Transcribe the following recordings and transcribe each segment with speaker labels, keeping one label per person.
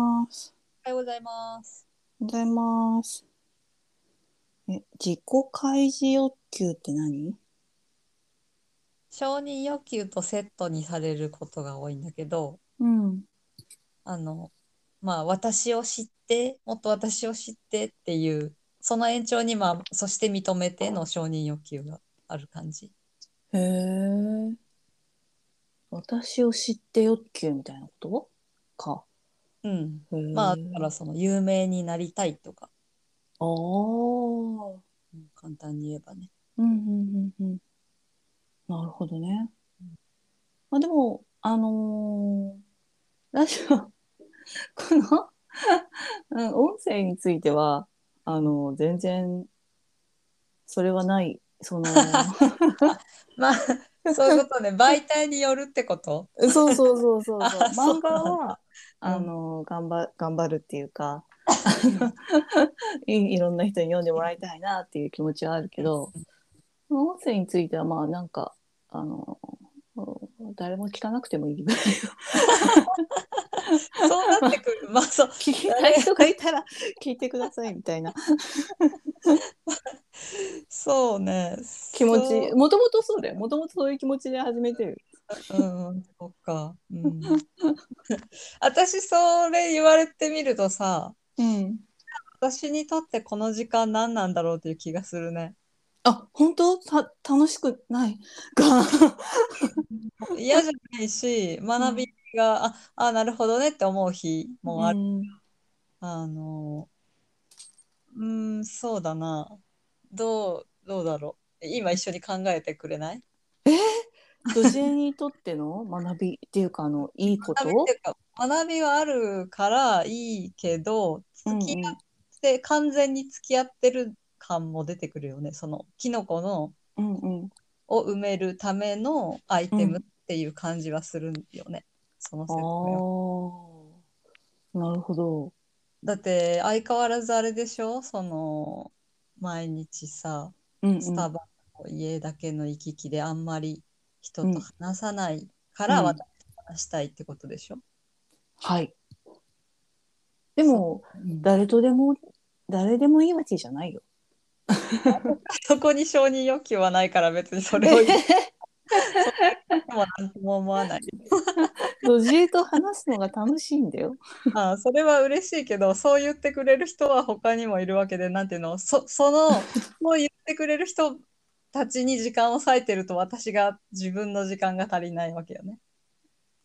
Speaker 1: おはようございます。
Speaker 2: ございます。え、自己開示欲求って何
Speaker 1: 承認欲求とセットにされることが多いんだけど、
Speaker 2: うん。
Speaker 1: あの、まあ、私を知って、もっと私を知ってっていう、その延長に、まあ、そして認めての承認欲求がある感じ。
Speaker 2: へえ。私を知って欲求みたいなことか。
Speaker 1: うん。
Speaker 2: へー
Speaker 1: まあ、だからその有名になりたいとか、
Speaker 2: あー
Speaker 1: うん簡単に言え ばね。
Speaker 2: うんうんうんうん。なるほどね。まあでも、あのーラジオ、 この うん音声については、あの全然、それはない、その、
Speaker 1: まあ、そういうことね。媒体によるってこと
Speaker 2: そうそうそうそうそう。
Speaker 1: あそ
Speaker 2: 漫
Speaker 1: う
Speaker 2: 画は、
Speaker 1: うん
Speaker 2: あの、頑張、頑張るっていうか、 いいろんな人に読んでもらいたいなっていう気持ちはあるけど、音声については、まあ、なんか、あの、誰も聞かなくてもいいぐら い。
Speaker 1: そうなってくる。まあ、そう。
Speaker 2: 聞きたい人がいたら聞いてくださいみた いな
Speaker 1: そうね。
Speaker 2: 気持
Speaker 1: そう
Speaker 2: ち、もともとそうだよ。もともとそういう気持ちで始めてる。
Speaker 1: うん、そっか。うん、 私、それ言われてみるとさ、
Speaker 2: うん。
Speaker 1: 私にとってこの時間何なんだろうという気がするね。
Speaker 2: あ、本当た、楽しくないが。
Speaker 1: 嫌じゃな いし、学びが、あ、あ、なるほどねって思う日 もある。
Speaker 2: うん
Speaker 1: あの、うん、そうだな。どう、どうだろう。今一緒に考えてくれない
Speaker 2: 女性にとっての学びっていうかあのいいこ
Speaker 1: 学
Speaker 2: と
Speaker 1: びっていうか、学びはあるからいいけど、
Speaker 2: うんう
Speaker 1: 付
Speaker 2: ん
Speaker 1: き合っで完全に付き合ってる感も出てくるよねそのキノコの
Speaker 2: うんうん
Speaker 1: を埋めるためのアイテ
Speaker 2: う
Speaker 1: ム
Speaker 2: ん
Speaker 1: っていう感じはするんよね、その
Speaker 2: あ
Speaker 1: 説明は
Speaker 2: ーなるほど
Speaker 1: だって相変わらずあれでしょその毎日さ
Speaker 2: うんうん
Speaker 1: スタバの家だけの行き来であんまり人と話さないか
Speaker 2: う
Speaker 1: ら
Speaker 2: ん
Speaker 1: 私と話したいってことでしょ、
Speaker 2: はいでも誰とでも誰でもいいわけじゃない よ
Speaker 1: そこに承認欲求はないから別にそれを言っても何とも思わない
Speaker 2: 女性と話すのが楽しいんだよ
Speaker 1: ああそれは嬉しいけどそう言ってくれる人は他にもいるわけでなんていうのそそのそう言ってくれる人たちに時間を割いてると私が自分の時間が足りないわけよね。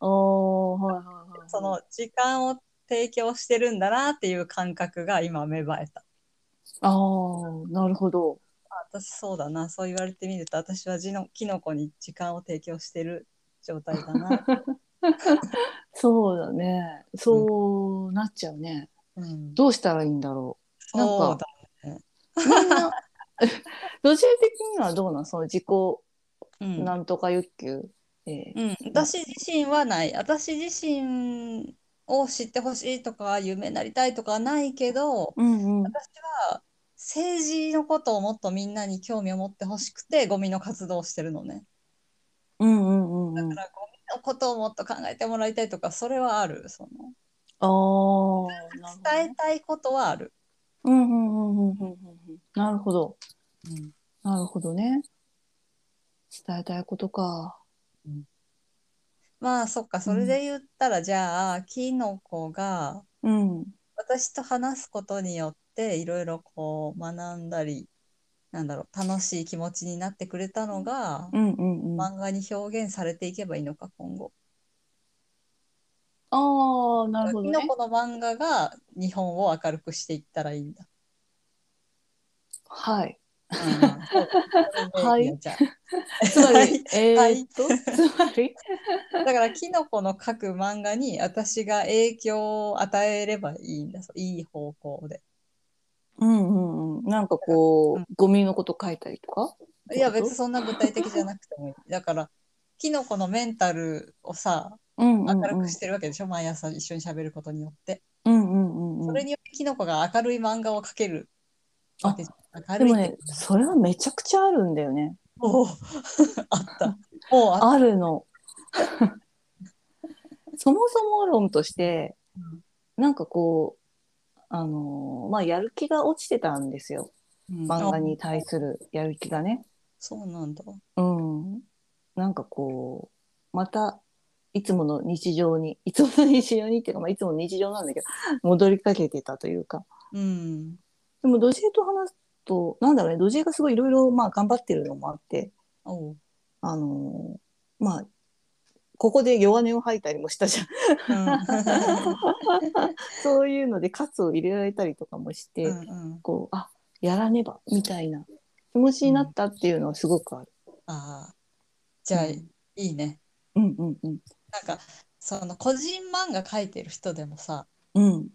Speaker 2: ああはいはいはい
Speaker 1: その時間を提供してるんだなっていう感覚が今芽生えた。
Speaker 2: ああなるほど
Speaker 1: 私そうだなそう言われてみると私はジノキノコに時間を提供してる状態だな。
Speaker 2: そうだねそうなっちゃうね
Speaker 1: うん、
Speaker 2: どうしたらいいんだろなんか
Speaker 1: そうだ、
Speaker 2: うみん な女性的にはどうなんその自己
Speaker 1: うん
Speaker 2: なんとか欲求、えー
Speaker 1: うん、私自身はない。私自身を知ってほしいとか、有名になりたいとかはないけど、
Speaker 2: うんうん、
Speaker 1: 私は政治のことをもっとみんなに興味を持ってほしくて、ゴミの活動をしてるのね。
Speaker 2: うんうんうんう
Speaker 1: だ
Speaker 2: ん
Speaker 1: から、ゴミのことをもっと考えてもらいたいとか、それはある。そ
Speaker 2: あ
Speaker 1: の
Speaker 2: ーな
Speaker 1: 伝
Speaker 2: る
Speaker 1: えたいことはある。
Speaker 2: ほどねうんうんうんうんうんうんうんなるほど
Speaker 1: うん、
Speaker 2: なるほどね伝えたいことか
Speaker 1: まあ、そっか、それで言ったら、じゃあ、キノコが
Speaker 2: うん
Speaker 1: 私と話すことによって、いろいろこう学んだり、なんだろう、楽しい気持ちになってくれたのが、
Speaker 2: うんうんうんあ
Speaker 1: 漫画に表現されていけばいいのか今後。
Speaker 2: あーなるほどね
Speaker 1: キノコの漫画が日本を明るくしていったらいいんだ。
Speaker 2: はい
Speaker 1: は
Speaker 2: はい
Speaker 1: じゃ
Speaker 2: つまりえ
Speaker 1: は
Speaker 2: ー
Speaker 1: い
Speaker 2: っとつまり
Speaker 1: あだからキノコの書く漫画に私が影響を与えればいいんだ。そういい方向で。
Speaker 2: うんうんうんなんかこうゴミのこと書いたりとか
Speaker 1: いや別にそんな具体的じゃなくてもいい。だからキノコのメンタルをさ
Speaker 2: うんうんう
Speaker 1: 明
Speaker 2: ん
Speaker 1: るくしてるわけでしょ、毎朝一緒に喋ることによって。
Speaker 2: うんうんうんう
Speaker 1: そ
Speaker 2: ん
Speaker 1: れによってキノコが明るい漫画を描けるわけじゃん。明
Speaker 2: で
Speaker 1: るい
Speaker 2: も
Speaker 1: って
Speaker 2: ねそれはめちゃくちゃあるんだよね
Speaker 1: おお あった。もうあった。
Speaker 2: あるの。 そもそも論として、なんかこあのーまあ、やる気が落ちてたんですよ。
Speaker 1: うん
Speaker 2: 漫画に対するやる気がね。
Speaker 1: そうなんだ。
Speaker 2: うん。なんかこう、また、いつもの日常に、いつもの日常にっていうか、まあ、いつもの日常なんだけど、戻りかけてたというか。
Speaker 1: うん。
Speaker 2: でも、ドジエと話すと、なんだろうね、ドジエがすごいいろいろ、まあ、頑張ってるのもあって、
Speaker 1: お う。
Speaker 2: あのーまあ、ここで弱音を吐いたりもした じゃん。
Speaker 1: うん
Speaker 2: そういうので、喝を入れられたりとかもして、
Speaker 1: うんうん。
Speaker 2: こう、あ、やらねば、みたいな気持ちになったっていうのはすごくある。
Speaker 1: ああ。じゃあ、
Speaker 2: うん
Speaker 1: いいね。
Speaker 2: うんうんうん。
Speaker 1: なんか、その個人漫画描いてる人でもさ、
Speaker 2: うん。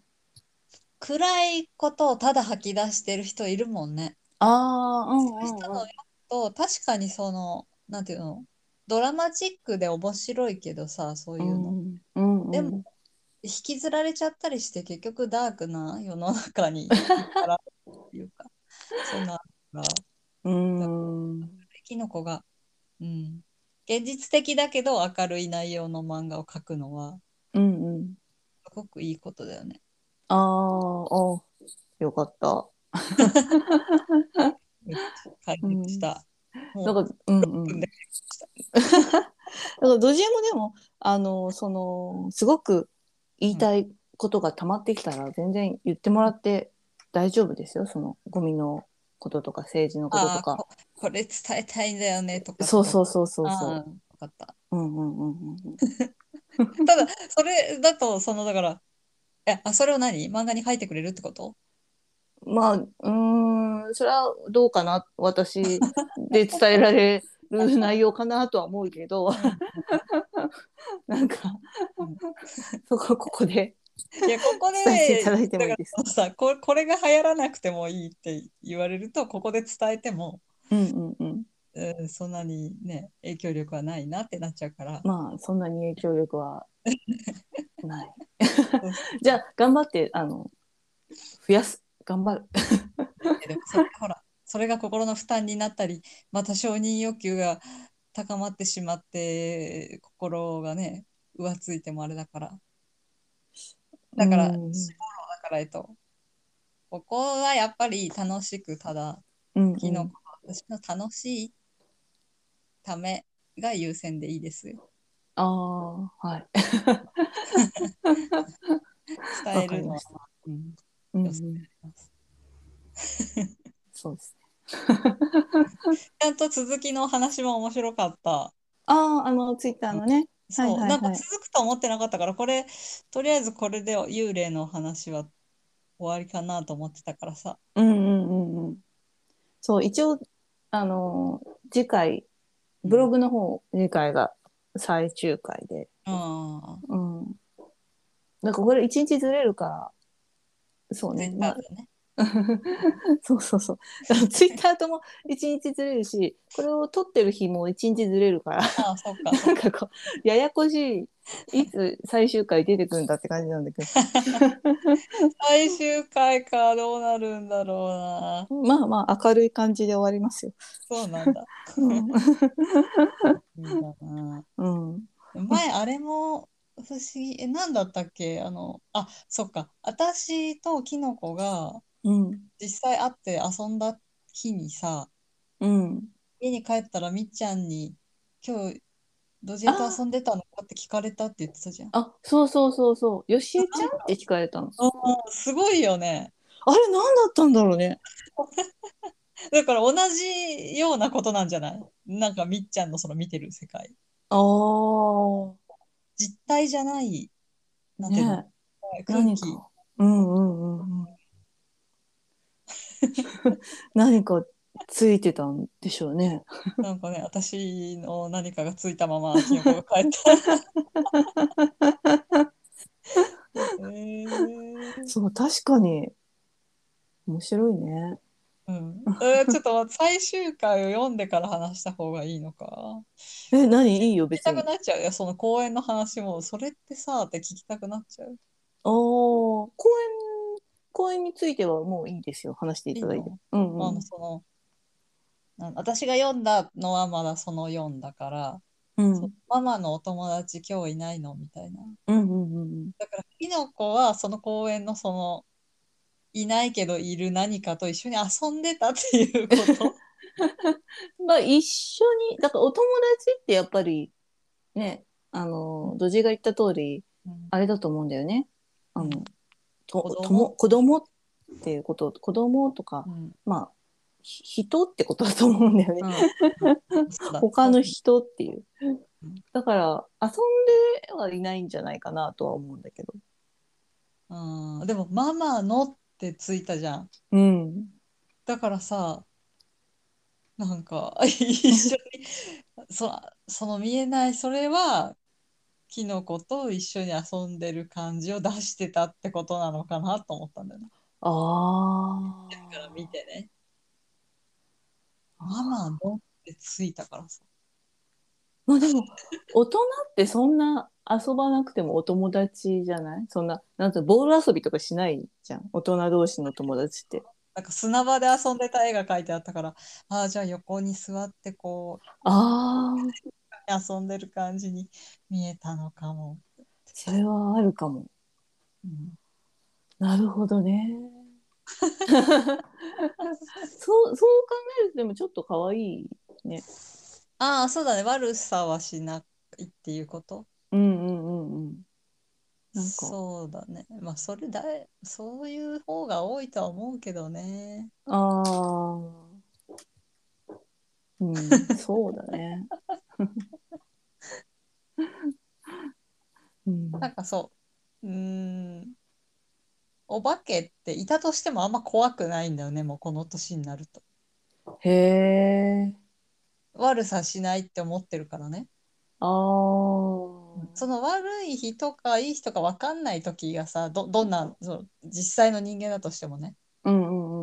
Speaker 1: 暗いことをただ吐き出してる人いるもんね。
Speaker 2: ああ、うんうん、うん。
Speaker 1: 人の読むと、確かにその、なんていうの、ドラマチックで面白いけどさ、そういうの。
Speaker 2: うんうん、
Speaker 1: でも、引きずられちゃったりして、結局ダークな世の中に行くからっていう か、そんな、
Speaker 2: うん、
Speaker 1: キノコが、うん、現実的だけど明るい内容の漫画を描くのは、
Speaker 2: うん、うん。
Speaker 1: すごくいいことだよね。
Speaker 2: あーあ、よかった。
Speaker 1: 解決した。もう
Speaker 2: なんか、うん、うん。
Speaker 1: 分
Speaker 2: だ
Speaker 1: で
Speaker 2: から、ドジエもでも、あの、その、すごく言いたいことが溜まってきたら、全然言ってもらって大丈夫ですよ。その、ゴミのこととか、政治のこと
Speaker 1: あ
Speaker 2: と
Speaker 1: ー
Speaker 2: か。
Speaker 1: ここれ伝えたいんだよねとか。
Speaker 2: そうそううそうそうそう。
Speaker 1: 分かった。
Speaker 2: うんうんうんうん。
Speaker 1: ただ、それだと、その、だから、え、あ、それを何漫画に書いてくれるってこと
Speaker 2: まあ、うーん、それはどうかな、私で伝えられる内容かなとは思うけど、なんか
Speaker 1: うん、
Speaker 2: そこはここで
Speaker 1: いや、ここ で、
Speaker 2: 伝えていただいてもいいです
Speaker 1: だ。からさこ、これが流行らなくてもいいって言われると、ここで伝えても、
Speaker 2: うんうんうん。
Speaker 1: うん、そんなにね、影響力はないなってなっちゃうから。
Speaker 2: まあ、そんなに影響力はない。じゃあ、頑張って、あの、増やす。頑張る。
Speaker 1: でもそれほらそれが心の負担になったりまた承認欲求が高まってしまって心がね浮ついてもあれだからだから
Speaker 2: う
Speaker 1: だ
Speaker 2: ん
Speaker 1: からえっとここはやっぱり楽しくただ
Speaker 2: うん
Speaker 1: 昨日私の楽しいためが優先でいいですよ
Speaker 2: ああ、はい。
Speaker 1: 伝えるのは
Speaker 2: わかりまし
Speaker 1: うん
Speaker 2: うんう
Speaker 1: よし
Speaker 2: んそうですね。
Speaker 1: ちゃんと続きのお話も面白かった
Speaker 2: ああ、あの、ツイッターのね。
Speaker 1: そう、
Speaker 2: はいはいはい
Speaker 1: なんか続くと思ってなかったから、これ、とりあえずこれで幽霊の話は終わりかなと思ってたからさ。
Speaker 2: うんうんうんうん。そう、一応、あのー次回、ブログの方、次回が最終回で。
Speaker 1: あ
Speaker 2: うん。なんかこれ一日ずれるから、そう
Speaker 1: あ、
Speaker 2: ね
Speaker 1: 絶。
Speaker 2: ま
Speaker 1: 対
Speaker 2: あ
Speaker 1: だ、ね。
Speaker 2: そうそうそう。だからツイッターとも一日ずれるし、これを撮ってる日も一日ずれるから、
Speaker 1: ああ、そっか。
Speaker 2: なんかこう、ややこしい、いつ最終回出てくるんだって感じなんだけ
Speaker 1: 最終回か、どうなるんだろうな。
Speaker 2: ど、まあまあ明るい感じで終わりますよ。
Speaker 1: そうなんだ。
Speaker 2: うん。
Speaker 1: いいんだな
Speaker 2: うん、
Speaker 1: 前、あれも不思議。え、なんだったっけあの、あ、そっか。私とキノコが
Speaker 2: うん、
Speaker 1: 実際会って遊んだ日にさ、
Speaker 2: うん。
Speaker 1: 家に帰ったらみっちゃんに「今日ドジェと遊んでたのか?」って聞かれたって言ってたじゃん。
Speaker 2: あ、そうそうそうそう。よしえちゃんって聞かれたの。
Speaker 1: あーすごいよね。
Speaker 2: あれ何だったんだろうね。
Speaker 1: だから同じようなことなんじゃないなんかみっちゃんのその見てる世界。
Speaker 2: ああ。
Speaker 1: 実体じゃない、なんていうの、
Speaker 2: ね
Speaker 1: 空
Speaker 2: 何
Speaker 1: 気。
Speaker 2: か。うんうんうんうん。何かついてたんでしょうね。
Speaker 1: なんかね、私の何かがついたまま、キノコが 帰った。えー
Speaker 2: そう、確かに。面白いね。
Speaker 1: うん、えーちょっと最終回を読んでから話した方がいいのか。
Speaker 2: え、何いいよ、
Speaker 1: 聞き
Speaker 2: 別
Speaker 1: た
Speaker 2: に。
Speaker 1: く
Speaker 2: あ
Speaker 1: なっちゃうよ、その公園の話も、それってさ、って聞きたくなっちゃう。
Speaker 2: あ、公演、公演についてはもういいですよ。話していただいて。
Speaker 1: いいの
Speaker 2: うん
Speaker 1: あ
Speaker 2: うん
Speaker 1: の、。その、なん私が読んだのはまだその4だから、
Speaker 2: うん
Speaker 1: そのママのお友達今日いないのみたいな。
Speaker 2: うんうんうんうん。
Speaker 1: だから、キノコはその公園のそのいないけどいる何かと一緒に遊んでたっていうこと
Speaker 2: まあ一緒に、だからお友達ってやっぱり、ね、あの、ドジが言った通り、あれだと 思うんだよね。あの、と
Speaker 1: 子供
Speaker 2: とも子供っていうこと、子供とか
Speaker 1: う、ん
Speaker 2: まあ、ひ人ってことだと思うんだよね。
Speaker 1: うんそうだ
Speaker 2: 他の人っていう。だから、遊んではいないんじゃないかなとは思うんだけど。
Speaker 1: うんでも「ママの」ってついたじゃん
Speaker 2: うん。
Speaker 1: だからさなんか 一緒にそその見えないそれはキノコと一緒に遊んでる感じを出してたってことなのかなと思ったんだよな
Speaker 2: ああ。
Speaker 1: だから見てねママのってついたからさ
Speaker 2: まあでも、大人ってそんな遊ばなくてもお友達じゃないそんな、なんていうのボール遊びとかしないじゃん。大人同士の友達って。
Speaker 1: なんか砂場で遊んでた絵が描いてあったからああじゃあ横に座ってこう
Speaker 2: ああ、
Speaker 1: 遊んでる感じに見えたのかも、
Speaker 2: それはあるかも。
Speaker 1: うん
Speaker 2: なるほど ね。そう、そう考えるとでもちょっと可愛い。
Speaker 1: ああそうだね悪さはしないっていうこと
Speaker 2: うんうんうんうん。なんか
Speaker 1: そうだね。まあ、それだい、そういう方が多いとは思うけどね。
Speaker 2: ああ。うん、そうだ ね。うん、
Speaker 1: なんかそう、うーん、お化けっていたとしてもあんま怖くないんだよね、もうこの年になると。
Speaker 2: へえ。
Speaker 1: 悪さしないって思ってるからね。
Speaker 2: ああ。
Speaker 1: その悪い日とかいい日とか分かんない時がさ、ど、どんな、その実際の人間だとしてもね、
Speaker 2: うんうんうん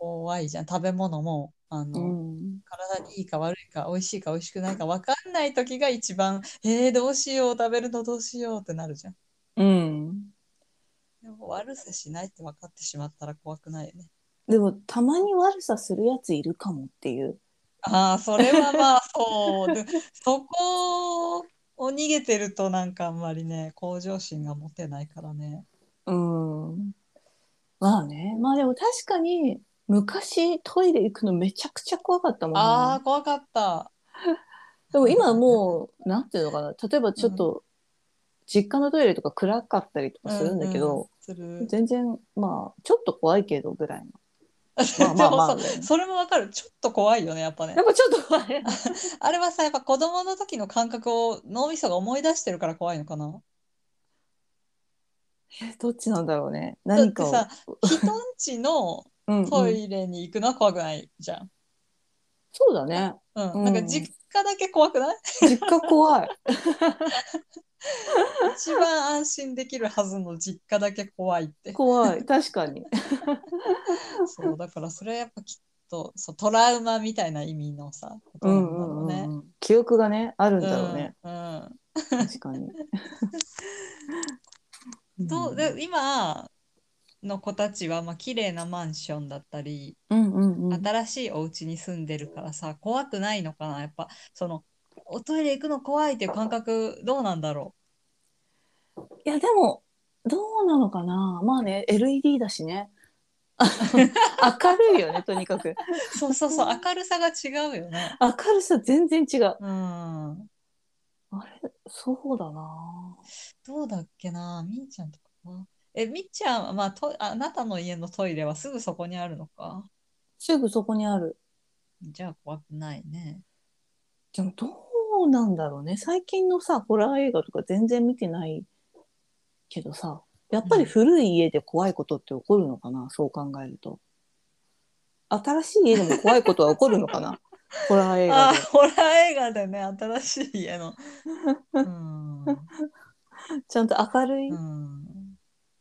Speaker 1: 怖いじゃん。食べ物も、あの、
Speaker 2: うん。
Speaker 1: 体にいいか悪いか美味しいか美味しくないか分かんない時が一番えー、どうしよう食べるのどうしようってなるじゃん
Speaker 2: うん。
Speaker 1: でも悪さしないって分かってしまったら怖くないよね
Speaker 2: でも、たまに悪さするやついるかもっていう。
Speaker 1: ああそれはまあそうで そこを逃げてるとなんかあんまりね向上心が持てないからね
Speaker 2: うん。まあね。まあでも確かに、昔トイレ行くのめちゃくちゃ怖かったもんね。
Speaker 1: ああ怖かった
Speaker 2: でも今もう、なんていうのかな、例えばちょっと、実家のトイレとか暗かったりとかするんだけ
Speaker 1: うう
Speaker 2: ど、
Speaker 1: する
Speaker 2: 全然、まあ、ちょっと怖いけどぐらいの。 まあ
Speaker 1: で
Speaker 2: まあ
Speaker 1: も
Speaker 2: ま
Speaker 1: さ
Speaker 2: あ、ね。
Speaker 1: それも分かるちょっと怖いよねやっぱね
Speaker 2: やっぱちょっと怖い。
Speaker 1: あれはさやっぱ子供の時の感覚を脳みそが思い出してるから怖いのかな
Speaker 2: えどっちなんだろうね。何かを。
Speaker 1: だって 人んちの
Speaker 2: うんうん
Speaker 1: トイレに行くのは怖くないじゃん。
Speaker 2: そうだね。
Speaker 1: うん、
Speaker 2: うん
Speaker 1: なんか実家だけ怖くない
Speaker 2: 実家怖い。
Speaker 1: 一番安心できるはずの実家だけ 怖いって。
Speaker 2: 怖い。確かに。
Speaker 1: そうだからそれはやっぱきっとそうトラウマみたいな意味のさこ と
Speaker 2: う
Speaker 1: なんんだろう
Speaker 2: うんう
Speaker 1: ね。
Speaker 2: んうん。記憶がね、あるん
Speaker 1: うん
Speaker 2: だろうね。
Speaker 1: うん
Speaker 2: 確か に。
Speaker 1: とで今の子たちはまあ綺麗なマンションだったり、
Speaker 2: うんうんうん。
Speaker 1: 新しいお家に住んでるからさ怖くないのかなやっぱそのおトイレ行くの怖いっていう感覚どうなんだろ
Speaker 2: いやでもどうなのかなまあね LED だしね あの明るいよねとにかく
Speaker 1: うそうそうそう明るさが違うよね。
Speaker 2: 明るさ全然違う
Speaker 1: うん
Speaker 2: あれそうだな
Speaker 1: どうだっけな、みーちゃんとかな。え、みーちゃんは、まあ、と、ああなたの家のトイレはすぐそこにあるのか。
Speaker 2: すぐそこにある
Speaker 1: じゃあ怖くないね。
Speaker 2: でもどうなんだろうね最近のさホラー映画とか全然見てないけどさやっぱり古い家で怖いことって起こるのかな、そう考えると新しい家でも怖いことは起こるのか なホラー映
Speaker 1: あ
Speaker 2: 画
Speaker 1: あ、
Speaker 2: で
Speaker 1: ホラー映画でね、新しい家の。うん。
Speaker 2: ちゃんと明るい
Speaker 1: うん。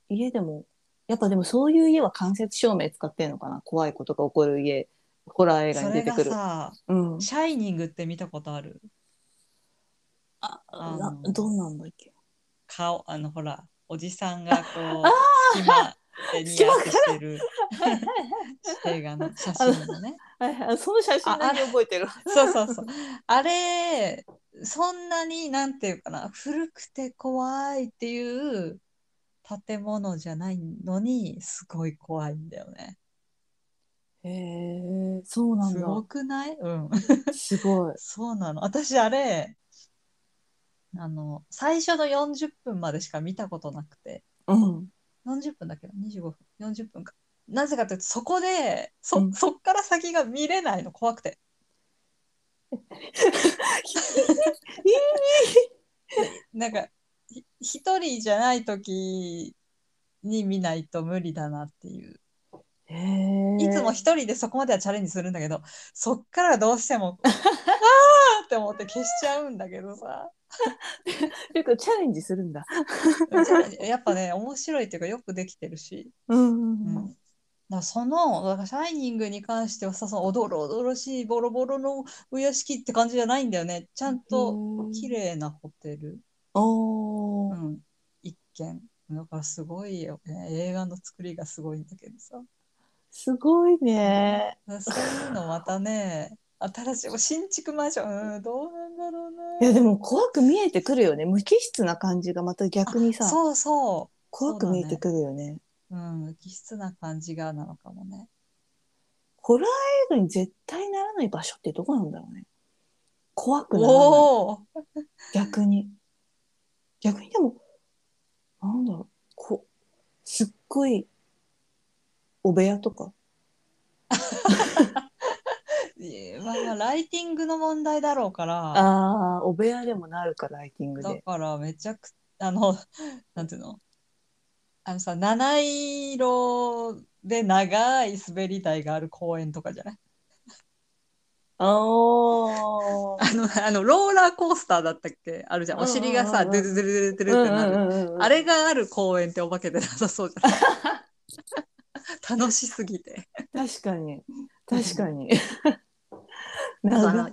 Speaker 2: 家でも、やっぱでもそういう家は間接照明使ってんのかな怖いことが起こる家、ホラー映画
Speaker 1: そ
Speaker 2: に出
Speaker 1: れ
Speaker 2: て
Speaker 1: が
Speaker 2: くる。
Speaker 1: さ、
Speaker 2: うん。
Speaker 1: シャイニングって見たことある
Speaker 2: あ、
Speaker 1: あ
Speaker 2: な
Speaker 1: の、
Speaker 2: どんなんだっけ
Speaker 1: 顔、あの、ほら、おじさんがこう、隙間でニヤってしてる 映画の写真のね。
Speaker 2: はいはい、その写真だけ覚えてる。
Speaker 1: そうそうそう。あれ、そんなになんていうかな、古くて怖いっていう建物じゃないのにすごい怖いんだよね。
Speaker 2: へえ、そうなん
Speaker 1: すご
Speaker 2: だ。
Speaker 1: くないうん。
Speaker 2: すごい。
Speaker 1: そうなの。私あれ、あの、最初の40分までしか見たことなくて、
Speaker 2: うん。
Speaker 1: 40分だっけど、25分、40分か。なぜかというと、そこで、そ、
Speaker 2: うん
Speaker 1: そっから先が見れないの、怖く て。なんか、ひ一人じゃない時に見ないと無理だなっていう。
Speaker 2: へえ。
Speaker 1: いつも一人でそこまではチャレンジするんだけど、そっからどうし ても、ああって思って消しちゃうんだけどさ。
Speaker 2: 結構チャレンジするんだ。
Speaker 1: やっぱね、面白いっていうか、よくできてるし。
Speaker 2: うん
Speaker 1: うん、だからそのだからシャイニングに関してはさそのおどろおどろしいボロボロのお屋敷って感じじゃないんだよねちゃんと綺。麗なホテル、
Speaker 2: お
Speaker 1: う
Speaker 2: お。
Speaker 1: ん、一軒だからすごいよね映画の作りがすごいんだけどさ
Speaker 2: すごいね。
Speaker 1: だからそういうのまたね新しいもう新築マンション、うん、どうなんだろう
Speaker 2: いや
Speaker 1: ね
Speaker 2: でも怖く見えてくるよね。無機質な感じがまた逆にさ、
Speaker 1: そうそ
Speaker 2: 怖く見えてくるよね。
Speaker 1: う、うん、気質な感じがなのかもね
Speaker 2: ホラー映画に絶対ならない場所ってどこなんだろうね。怖くならない。
Speaker 1: おお
Speaker 2: 逆に逆にでもなんだろうこすっごいお部屋とか
Speaker 1: ーまあまあライティングの問題だろうから
Speaker 2: ああお部屋でもなるかライティング
Speaker 1: だからめちゃくあの なんていうのあのさ七色で長い滑り台がある公園とかじゃない
Speaker 2: おお
Speaker 1: あのあのローラーコースターだったっけあるじゃんお尻がさ
Speaker 2: うん
Speaker 1: ド
Speaker 2: うんうんう
Speaker 1: ゥ
Speaker 2: ん
Speaker 1: ルドゥルドゥルドゥルってなる、あれがある公園ってお化けでなさそうじゃない 楽しすぎて
Speaker 2: 確かに確か に
Speaker 1: なんかあ
Speaker 2: 長
Speaker 1: の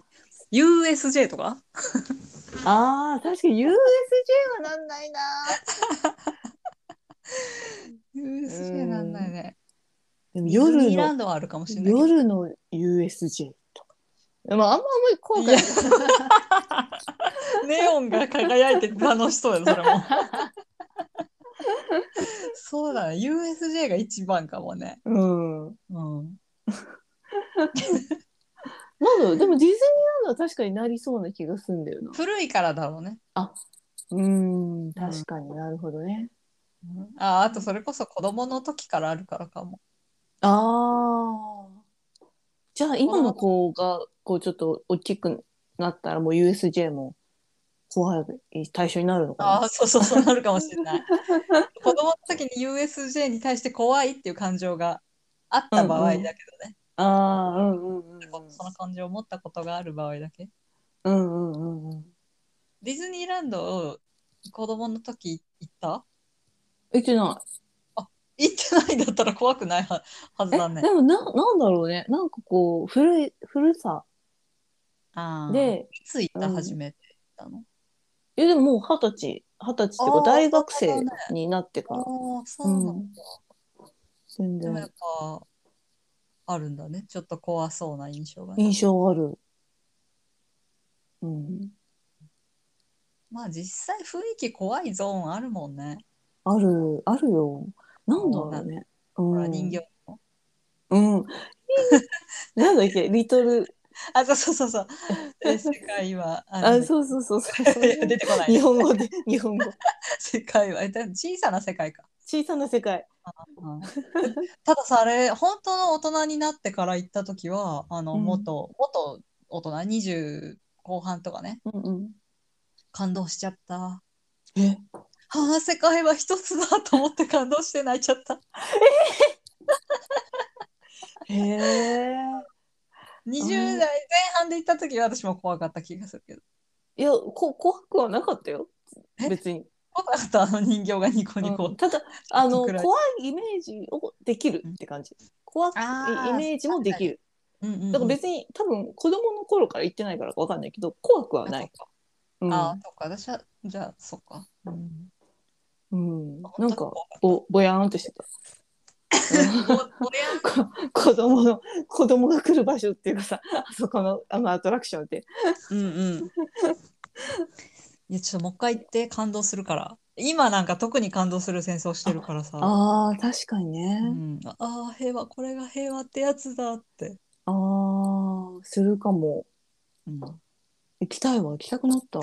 Speaker 2: い
Speaker 1: USJ とか
Speaker 2: あー確かに USJ はなんないな
Speaker 1: USJ なんないね
Speaker 2: でも
Speaker 1: 夜
Speaker 2: 夜
Speaker 1: ミラ
Speaker 2: の
Speaker 1: ンドはあるかもしれないけど
Speaker 2: 夜の USJ とかまああんまあんまり怖く
Speaker 1: い
Speaker 2: ない
Speaker 1: やネオンが輝いて楽しそうだよ、それも。そうだね、USJ が一番かもね。
Speaker 2: うん
Speaker 1: うん。
Speaker 2: なんだろうでもディズニーランドは確かになりそうな気がするんだよな。
Speaker 1: 古いからだろうね。
Speaker 2: うん、確かになるほどね。
Speaker 1: ああとそれこそ子供の時からあるからかも。
Speaker 2: ああ。じゃあ今の子がこうちょっと大きくなったらもう USJ も怖い対象になるのか
Speaker 1: あ
Speaker 2: な。
Speaker 1: あ、そうそうそうなるかもしれない。 子供の時に USJ に対して怖いっていう感情があった場合だけどね。
Speaker 2: ああ、うんうんうんうん。
Speaker 1: その感情を持ったことがある場合だけ。
Speaker 2: うんうんうんうん。
Speaker 1: ディズニーランドを子供の時行った
Speaker 2: えってな
Speaker 1: 行ってないんだったら怖くないははず
Speaker 2: い。え、
Speaker 1: だね
Speaker 2: で。もな、なんだろうね。なんかこう、古い、古さ
Speaker 1: あー
Speaker 2: で、
Speaker 1: いつ行っ
Speaker 2: う
Speaker 1: た
Speaker 2: ん
Speaker 1: 初めて行ったの
Speaker 2: いやでももう二十歳、二十歳っていう
Speaker 1: あ
Speaker 2: か
Speaker 1: ー
Speaker 2: 大学
Speaker 1: そう
Speaker 2: 生
Speaker 1: だね
Speaker 2: になってから。
Speaker 1: ああ、そううなん
Speaker 2: ん
Speaker 1: だ。。
Speaker 2: 全
Speaker 1: でもや
Speaker 2: 然
Speaker 1: っぱ、あるんだね。ちょっと怖そうな印象が、ね。
Speaker 2: 印象ある。うん。
Speaker 1: まあ実際雰囲気怖いゾーンあるもんね。
Speaker 2: ある、あるよ。なんだろうね。うん、
Speaker 1: ほら人形。の。
Speaker 2: うん。 なんだっけ、リトル。
Speaker 1: あ、そうそうそう そう。え世界は、あ
Speaker 2: あ、
Speaker 1: の
Speaker 2: そうそうそうそう。
Speaker 1: いや 出てこない
Speaker 2: 日本語で、日本語。
Speaker 1: 世界は、えだ小さな世界 か。
Speaker 2: 小さな世界。
Speaker 1: うんたださ、あれ、本当の大人になってから行った時は、あの、
Speaker 2: うん
Speaker 1: 元、元大人、20後半とかね、
Speaker 2: うんうん。
Speaker 1: 感動しちゃった。
Speaker 2: え、
Speaker 1: ああ、世界は一つだと思って感動して泣いちゃった。
Speaker 2: へえ。
Speaker 1: 20代前半で行った時は私も怖かった気がするけど。
Speaker 2: いや、こ、怖くはなかったよ。
Speaker 1: え
Speaker 2: 別に。
Speaker 1: 怖かった、あの人形がニコニコ。
Speaker 2: うんただ、あの、
Speaker 1: ちょっと暗い
Speaker 2: 怖いイメージをできるって感じ。怖い
Speaker 1: あー
Speaker 2: イメージもできる。
Speaker 1: うんうんうん
Speaker 2: だから別に、多分子供の頃から言ってないからかわかんないけど、怖くはない。うん
Speaker 1: ああ、そっか、私は、じゃあ、そっか。うん、
Speaker 2: うん、なんか
Speaker 1: 怖かった
Speaker 2: ぼぼやーんとしてた
Speaker 1: ぼぼやん
Speaker 2: こ子供の子供が来る場所っていうかさあそこのあのアトラクションって
Speaker 1: うんうん。いや、ちょっともう一回行って感動するから。今なんか特に感動する戦争してるからさ、
Speaker 2: ああ、確かにね。
Speaker 1: うん、ああー平和これが平和ってやつだって、
Speaker 2: ああ、するかも。
Speaker 1: うん、
Speaker 2: 行きたいわ。行きたくなった。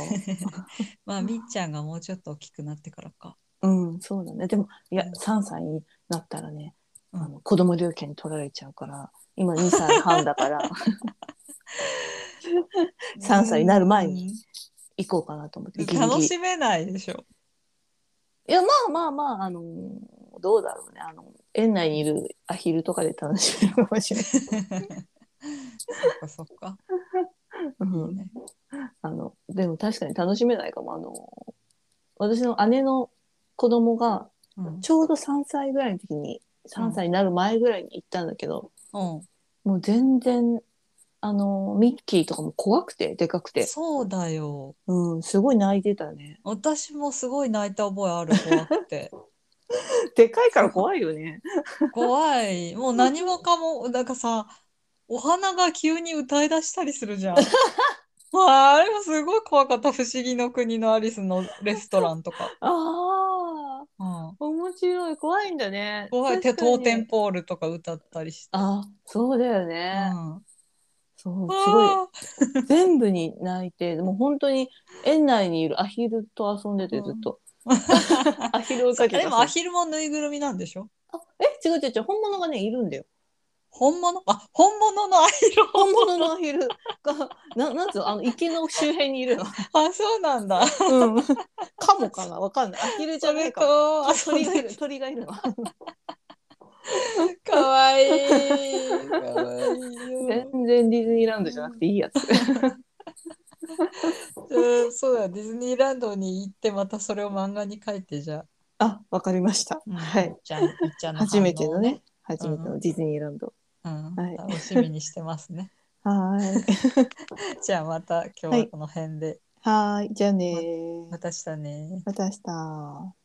Speaker 1: まあみっちゃんがもうちょっと大きくなってからか
Speaker 2: うん、そうだね。でも、いや
Speaker 1: う、ん
Speaker 2: 3歳になったらね、
Speaker 1: うん
Speaker 2: あの子供猟犬に取られちゃうから、今2歳半だ から、3歳になる前に行こうかなと思って。
Speaker 1: うん
Speaker 2: ギリギリ
Speaker 1: 楽しめないでし ょ
Speaker 2: いや、まあまあまあ、あのーどうだろうね。あの、園内にいるアヒルとかで楽しめるかもしれない。
Speaker 1: そっかそっか。
Speaker 2: うん
Speaker 1: ね
Speaker 2: あの、でも確かに楽しめないかも。あの、私の姉の子供が、
Speaker 1: うん。
Speaker 2: ちょうど3歳ぐらいの時に、3歳になる前ぐらいに行ったんだけど、
Speaker 1: うん
Speaker 2: もう全然、あの、ミッキーとかも怖くて、でかくて、
Speaker 1: そうだよ。
Speaker 2: うん、すごい泣いてたね。
Speaker 1: 私もすごい泣いた覚えある怖くて
Speaker 2: でかいから怖いよね。
Speaker 1: 怖いもう何もかもなんかさお花が急に歌い出したりするじゃん。まあ、あれもすごい怖かった「不思議の国のアリス」のレストランとか、
Speaker 2: ああ、
Speaker 1: うん、
Speaker 2: 面白い。怖いんだね。
Speaker 1: 怖い
Speaker 2: 確
Speaker 1: て
Speaker 2: かに
Speaker 1: トーテンポールとか歌ったりして、
Speaker 2: あ、そうだよ
Speaker 1: う
Speaker 2: ね。
Speaker 1: ん、
Speaker 2: そう、すごい。
Speaker 1: あ
Speaker 2: 全部に泣いて、もう本当に園内にいるアヒルと遊んでてずっ と。
Speaker 1: ー
Speaker 2: アヒルをかけて遊んで。
Speaker 1: でもアヒルもぬいぐるみなんでしょ
Speaker 2: あえ、違う違う違う、本物がね、いるんだよ。
Speaker 1: 本物あ本物のアヒル
Speaker 2: 本物のアヒルが、ななんつうの、あの池の周辺にいるの。
Speaker 1: あ、そうなんだ。
Speaker 2: うん。カモかな、わかんない。アヒルじゃ
Speaker 1: そ
Speaker 2: ねえ
Speaker 1: れ
Speaker 2: か。
Speaker 1: と、あ、そ
Speaker 2: 鳥
Speaker 1: れ
Speaker 2: がいる、鳥がいるの。
Speaker 1: かわいい。かわいいよ。
Speaker 2: 全然ディズニーランドじゃなくていいやつ。
Speaker 1: うんそうだ、ディズニーランドに行って、またそれを漫画に書いて、じゃ あ。
Speaker 2: あ、わかりました。
Speaker 1: うん
Speaker 2: はい。。
Speaker 1: じゃあ、いっちゃんの反応を
Speaker 2: 初めてのね。、初めてのディズニーランド。
Speaker 1: うん、
Speaker 2: はい
Speaker 1: 楽しみにしてますね。
Speaker 2: はーい。
Speaker 1: じゃあ、また今日はこの辺で。
Speaker 2: はーい。じゃあねー。
Speaker 1: また明日ね。
Speaker 2: また明日。